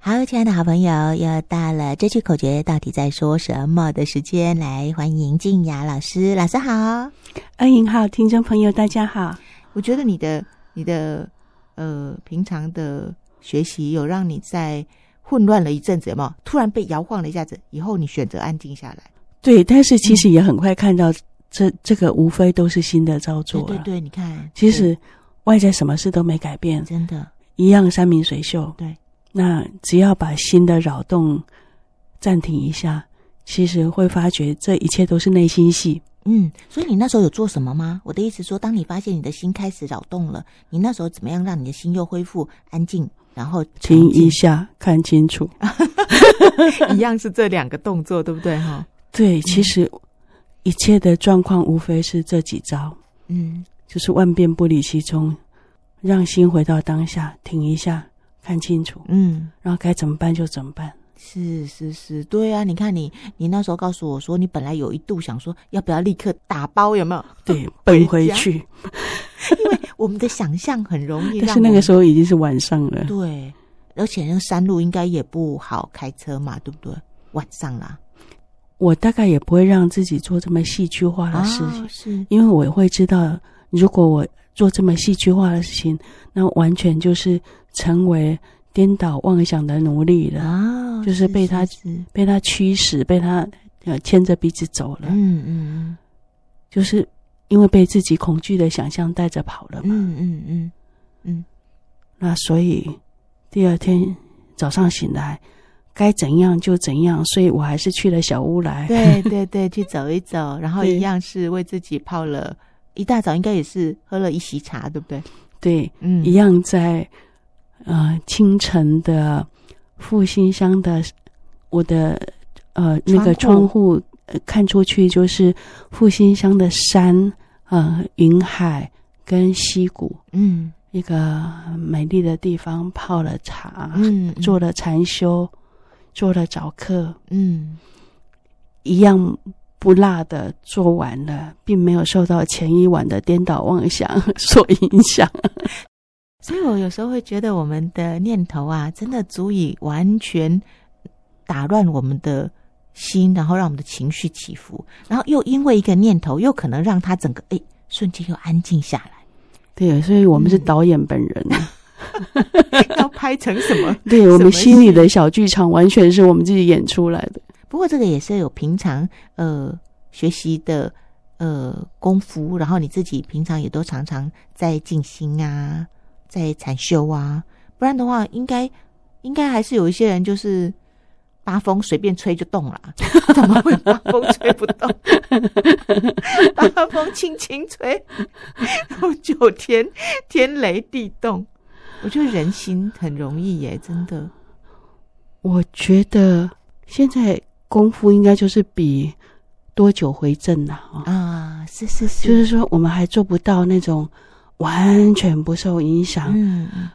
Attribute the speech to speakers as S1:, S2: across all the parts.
S1: 好，亲爱的好朋友，又到了这句口诀到底在说什么的时间，来欢迎静雅老师。老师好，
S2: 二莹好，听众朋友大家好。
S1: 我觉得你的你的呃平常的学习有让你在混乱了一阵子，有没有？突然被摇晃了一下子，以后你选择安静下来。
S2: 对，但是其实也很快看到这、这个无非都是新的操作
S1: 对
S2: 了。
S1: 对对，你看，
S2: 其实外在什么事都没改变
S1: 对，真的
S2: 一样山明水秀。
S1: 对，
S2: 那只要把心的扰动暂停一下，其实会发觉这一切都是内心戏。
S1: 嗯，所以你那时候有做什么吗？我的意思说，当你发现你的心开始扰动了，你那时候怎么样让你的心又恢复安静，然后
S2: 停一下，看清楚。
S1: 一 样是这两个动作，对不对？哈，
S2: 对，其实一切的状况无非是这几招，
S1: 嗯，
S2: 就是万变不离其宗，让心回到当下，停一下，看清楚。
S1: 嗯，
S2: 然后该怎么办就怎么 办。
S1: 是是是，对啊，你看你，你那时候告诉我说，你本来有一度想说要不要立刻打包，有没 有？
S2: 对，奔回
S1: 家
S2: 去。
S1: 我们的想象很容易，
S2: 但是那个时
S1: 候
S2: 候已经是晚上了，
S1: 对，而且那个山路应该也不好开车嘛，对不对？晚上啦，
S2: 我大概也不会让自己做这么戏剧化的事情，
S1: 啊是，
S2: 因为我也会知道，如果我做这么戏剧化的事情，那完全就是成为颠倒妄想的奴隶了，
S1: 啊，
S2: 就是被他
S1: 是是
S2: 被他驱使，被他呃牵着鼻子走了，
S1: 嗯嗯
S2: 就是因为被自己恐惧的想象带着跑了
S1: 嗯
S2: 嘛。
S1: 嗯嗯嗯嗯，
S2: 那所以第二天早上醒来，该怎样就怎样，所以我还是去了小屋来。
S1: 对对对，去走一走，然后
S2: 对
S1: 一样是为自己泡了一大早，应该也是喝了一席茶，对不对？
S2: 对，
S1: 嗯
S2: 一样在呃清晨的复兴乡的我的呃那个
S1: 窗
S2: 窗
S1: 户
S2: 户、呃、看出去就是复兴乡的山呃云海跟溪谷
S1: 嗯
S2: 一个美丽的地方泡了茶，
S1: 嗯，嗯
S2: 做了禅修，做了早课，
S1: 嗯
S2: 一样不落的做完了，并没有受到前一晚的颠倒妄想 所影响。
S1: 所以我有时候会觉得我们的念头啊，真的足以完全打乱我们的心，然后让我们的情绪起伏，然后又因为一个念头，又可能让他整个哎瞬间又安静下来，
S2: 对，所以我们是
S1: 嗯
S2: 导演本人啊、
S1: 要拍成什么？
S2: 对
S1: 什
S2: 我
S1: 么
S2: 们心里的小剧场完全是我们自己演出来的。
S1: 不过这个也是有平常呃学习的呃功夫，然后你自己平常也都常常在静心啊，在禅修啊，不然的话，应该应该还是有一些人就是八风随便吹就动了啊，怎么会八风吹不动？八风轻轻吹，然后九天天雷地动，我觉得人心很容易耶，真的，
S2: 我觉得现在功夫应该就是比多久回正了啊、哦
S1: 啊，是是，
S2: 就是是说我们还做不到那种完全不受影响，
S1: 嗯。嗯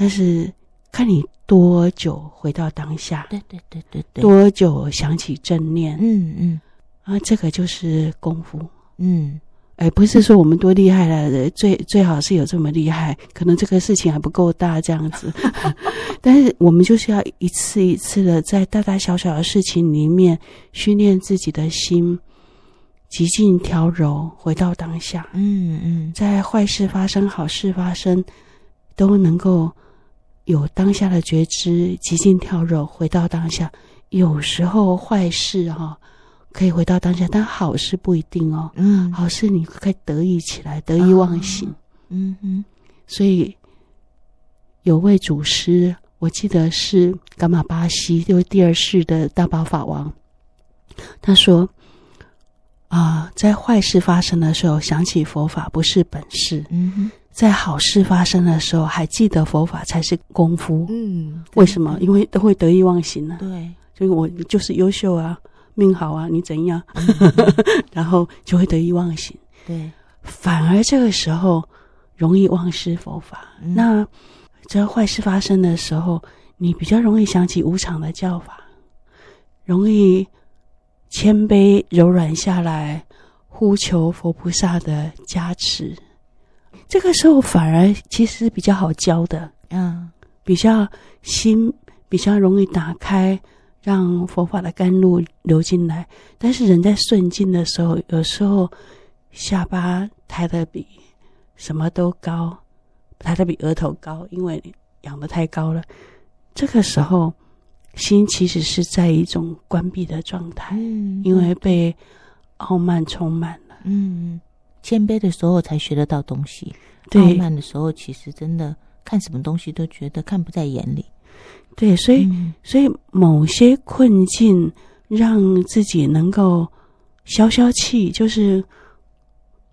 S2: 但是看你多久回到当下，
S1: 对对对对对，
S2: 多久想起正念、
S1: 嗯嗯
S2: 啊，这个就是功夫。
S1: 嗯，
S2: 哎，不是说我们多厉害了，最最好是有这么厉害，可能这个事情还不够大这样子。 但是我们就是要一次一次的在大大小小的事情里面训练自己的心，极尽调柔，回到当下，
S1: 嗯嗯
S2: 在坏事发生、好事发生，都能够有当下的觉知，极尽调柔，回到当下。有时候坏事哈、可以回到当下，但好事不一定哦。
S1: 嗯，
S2: 好事你该得意起来，得意忘形。
S1: 嗯嗯
S2: 所以有位祖师，我记得是噶玛巴西，就是第二世的大宝法王，他说啊、在坏事发生的时候想起佛法不是本事，
S1: 嗯
S2: 在好事发生的时候还记得佛法才是功夫。
S1: 嗯，
S2: 为什么？？因为都会得意忘形呢、
S1: 对，
S2: 所以我就是优秀啊，命好啊，你怎样， 然后就会得意忘形。
S1: 对，
S2: 反而这个时候容易忘失佛法。
S1: 嗯
S2: 那这坏事发生的时候，你比较容易想起无常的教法，容易谦卑柔软下来，呼求佛菩萨的加持。这个时候反而其实比较好教的，
S1: 嗯
S2: 比较心比较容易打开，让佛法的甘露流进来。但是人在顺境的时候，有时候下巴抬得比什么都高，抬得比额头高，因为养得太高了。这个时候，心其实是在一种关闭的状态，
S1: 嗯
S2: 因为被傲慢充满了。
S1: 嗯，谦卑的时候才学得到东西，傲
S2: 对
S1: 慢的时候其实真的看什么东西都觉得看不在眼里。
S2: 对，所以
S1: 嗯
S2: 所以某些困境让自己能够消消气，就是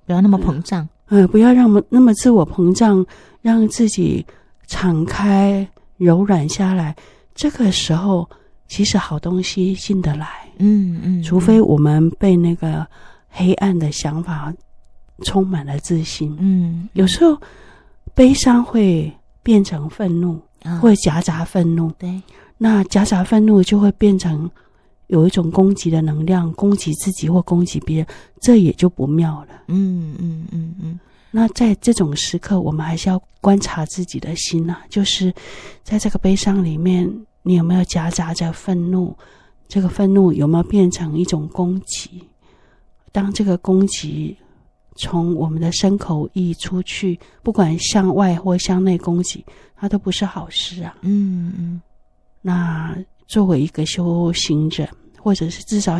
S1: 不要那么膨胀。
S2: 呃，不要让么那么自我膨胀，让自己敞开、柔软下来。这个时候，其实好东西进得来，
S1: 嗯嗯，
S2: 除非我们被那个黑暗的想法充满了自信。
S1: 嗯
S2: 有时候，悲伤会变成愤怒，
S1: 啊
S2: 会夹杂愤怒。
S1: 对，
S2: 那夹杂愤怒就会变成有一种攻击的能量，攻击自己或攻击别人，这也就不妙了。
S1: 嗯嗯嗯嗯
S2: 那在这种时刻，我们还是要观察自己的心呐、啊就是在这个悲伤里面，你有没有夹杂着愤怒？这个愤怒有没有变成一种攻击？当这个攻击从我们的身口意出去，不管向外或向内攻击，它都不是好事啊。
S1: 嗯嗯
S2: 那作为一个修行人，或者是至少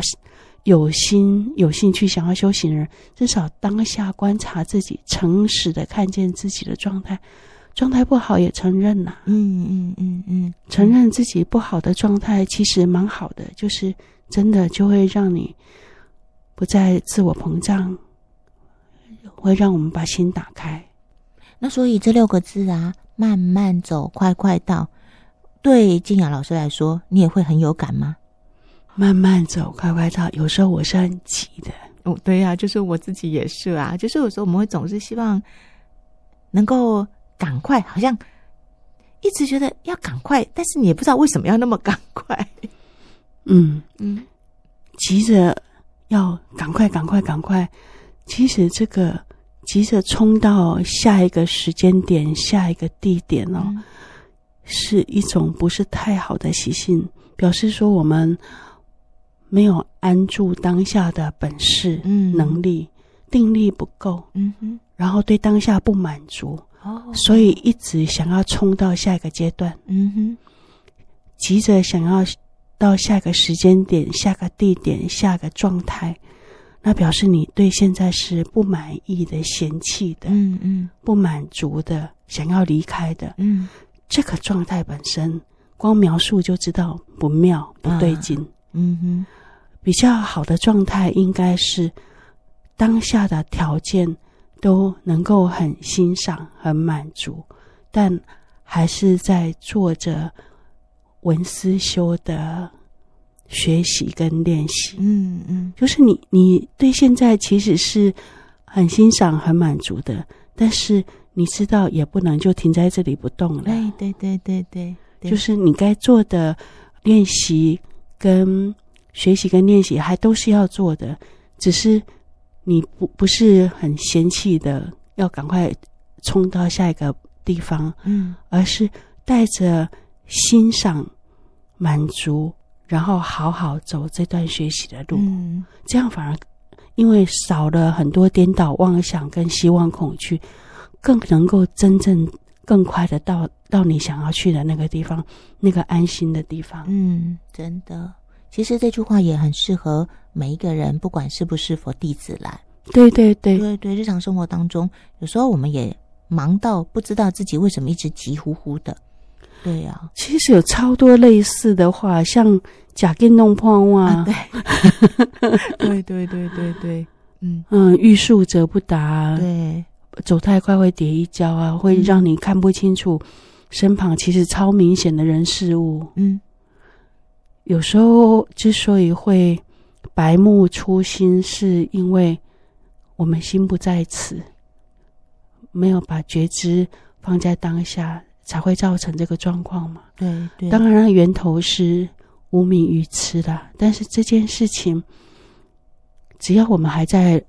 S2: 有心有兴趣想要修行人，至少当下观察自己，诚实的看见自己的状态，状态不好也承认呐、
S1: 嗯嗯嗯嗯，
S2: 承认自己不好的状态其实蛮好的，就是真的就会让你不再自我膨胀，会让我们把心打开。
S1: 那所以这六个字啊，慢慢走，快快到。对静雅老师来说，你也会很有感吗？
S2: 慢慢走，快快到。有时候我是很急的，
S1: 哦，对呀、就是我自己也是啊，就是有时候我们会总是希望能够赶快，好像一直觉得要赶快，但是你也不知道为什么要那么赶快。
S2: 嗯，
S1: 嗯
S2: 急着要赶快、赶快、赶快。其实这个急着冲到下一个时间点、下一个地点哦，
S1: 嗯
S2: 是一种不是太好的习性，表示说我们没有安住当下的本事、
S1: 嗯
S2: 能力、定力不够，
S1: 嗯哼，
S2: 然后对当下不满足，
S1: 哦
S2: 所以一直想要冲到下一个阶段。
S1: 嗯哼，
S2: 急着想要到下个时间点、下个地点、下个状态，那表示你对现在是不满意的、嫌弃的、
S1: 嗯嗯
S2: 不满足的、想要离开的。
S1: 嗯，
S2: 这个状态本身，光描述就知道不妙、不对劲。
S1: 嗯哼，
S2: 比较好的状态应该是当下的条件都能够很欣赏、很满足，但还是在做着文思修的学习跟练习。
S1: 嗯嗯
S2: 就是你，你对现在其实是很欣赏、很满足的，但是你知道也不能就停在这里不动了。
S1: 哎，对对对对，对
S2: 就是你该做的练习跟学习跟练习还都是要做的，只是你不不是很嫌弃的，要赶快冲到下一个地方，
S1: 嗯
S2: 而是带着欣赏、满足，然后好好走这段学习的路，
S1: 嗯
S2: 这样反而因为少了很多颠倒妄想跟希望恐惧，更能够真正更快的到到你想要去的那个地方，那个安心的地方。
S1: 嗯，真的。其实这句话也很适合每一个人，不管是不是佛弟子来。
S2: 对对对，
S1: 对对，日常生活当中，有时候我们也忙到不知道自己为什么一直急呼呼的。对啊呀、
S2: 其实有超多类似的话，像假定弄破袜，
S1: 啊， 对，对对对对对，嗯，
S2: 嗯，欲速则不达，啊
S1: 对，
S2: 走太快会跌一跤啊，会
S1: 嗯
S2: 让你看不清楚身旁其实超明显的人事物。
S1: 嗯
S2: 有时候之所以会白目粗心，是因为我们心不在此，没有把觉知放在当下，才会造成这个状况嘛。
S1: 对对，
S2: 当然，源头是无名愚痴啦。但是这件事情，只要我们还在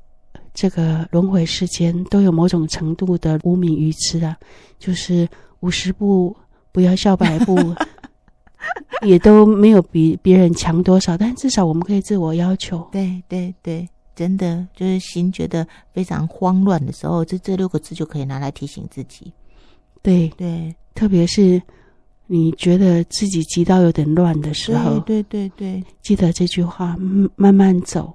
S2: 这个轮回世间，都有某种程度的无名愚痴啦，就是五十步不要笑百步， 也都没有比别人强多少，但至少我们可以自我要求。
S1: 对对对，真的就是心觉得非常慌乱的时候，这这六个字就可以拿来提醒自己。
S2: 对，
S1: 对，
S2: 特别是你觉得自己急到有点乱的时候，
S1: 对对对对，
S2: 记得这句话：嗯慢慢走，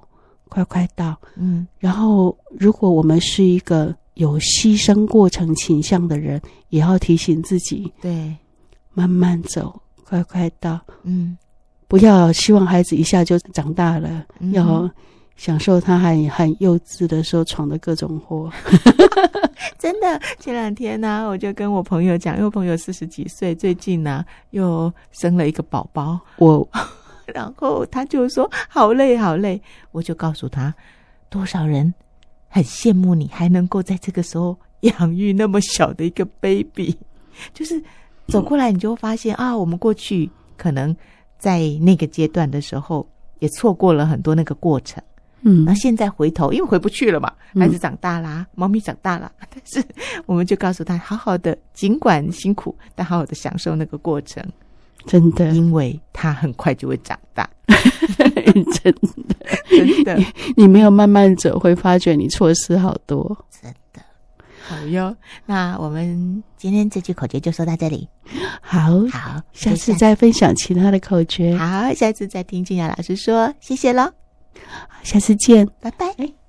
S2: 快快到。
S1: 嗯
S2: 然后，如果我们是一个有牺牲过程倾向的人，也要提醒自己
S1: 对，
S2: 慢慢走，快快到，
S1: 嗯，
S2: 不要希望孩子一下就长大了，
S1: 嗯
S2: 要享受他还很幼稚的时候闯的各种祸。
S1: 真的，前两天呢、我就跟我朋友讲，因为我朋友四十几岁，最近呢、又生了一个宝宝，
S2: 我
S1: 然后他就说好累好累，我就告诉他，多少人很羡慕你还能够在这个时候养育那么小的一个 baby，就是 走过来你就会发现啊，我们过去可能在那个阶段的时候也错过了很多那个过程。
S2: 嗯
S1: 那现在回头，因为回不去了嘛，
S2: 嗯
S1: 孩子长大啦，猫咪长大啦， 但是我们就告诉他，好好的，尽管辛苦，但好好的享受那个过程，
S2: 真的
S1: 因为他很快就会长大，
S2: 真的，
S1: 真的，
S2: 你没有慢慢走，会发觉你错失好多。
S1: 真的。好哟，那我们今天这句口诀就说到这里。
S2: 好，
S1: 好，
S2: 下次
S1: 就
S2: 再分享其他的口诀，
S1: 好，下次再听静雅老师说，谢谢喽，
S2: 下次见。
S1: 拜拜。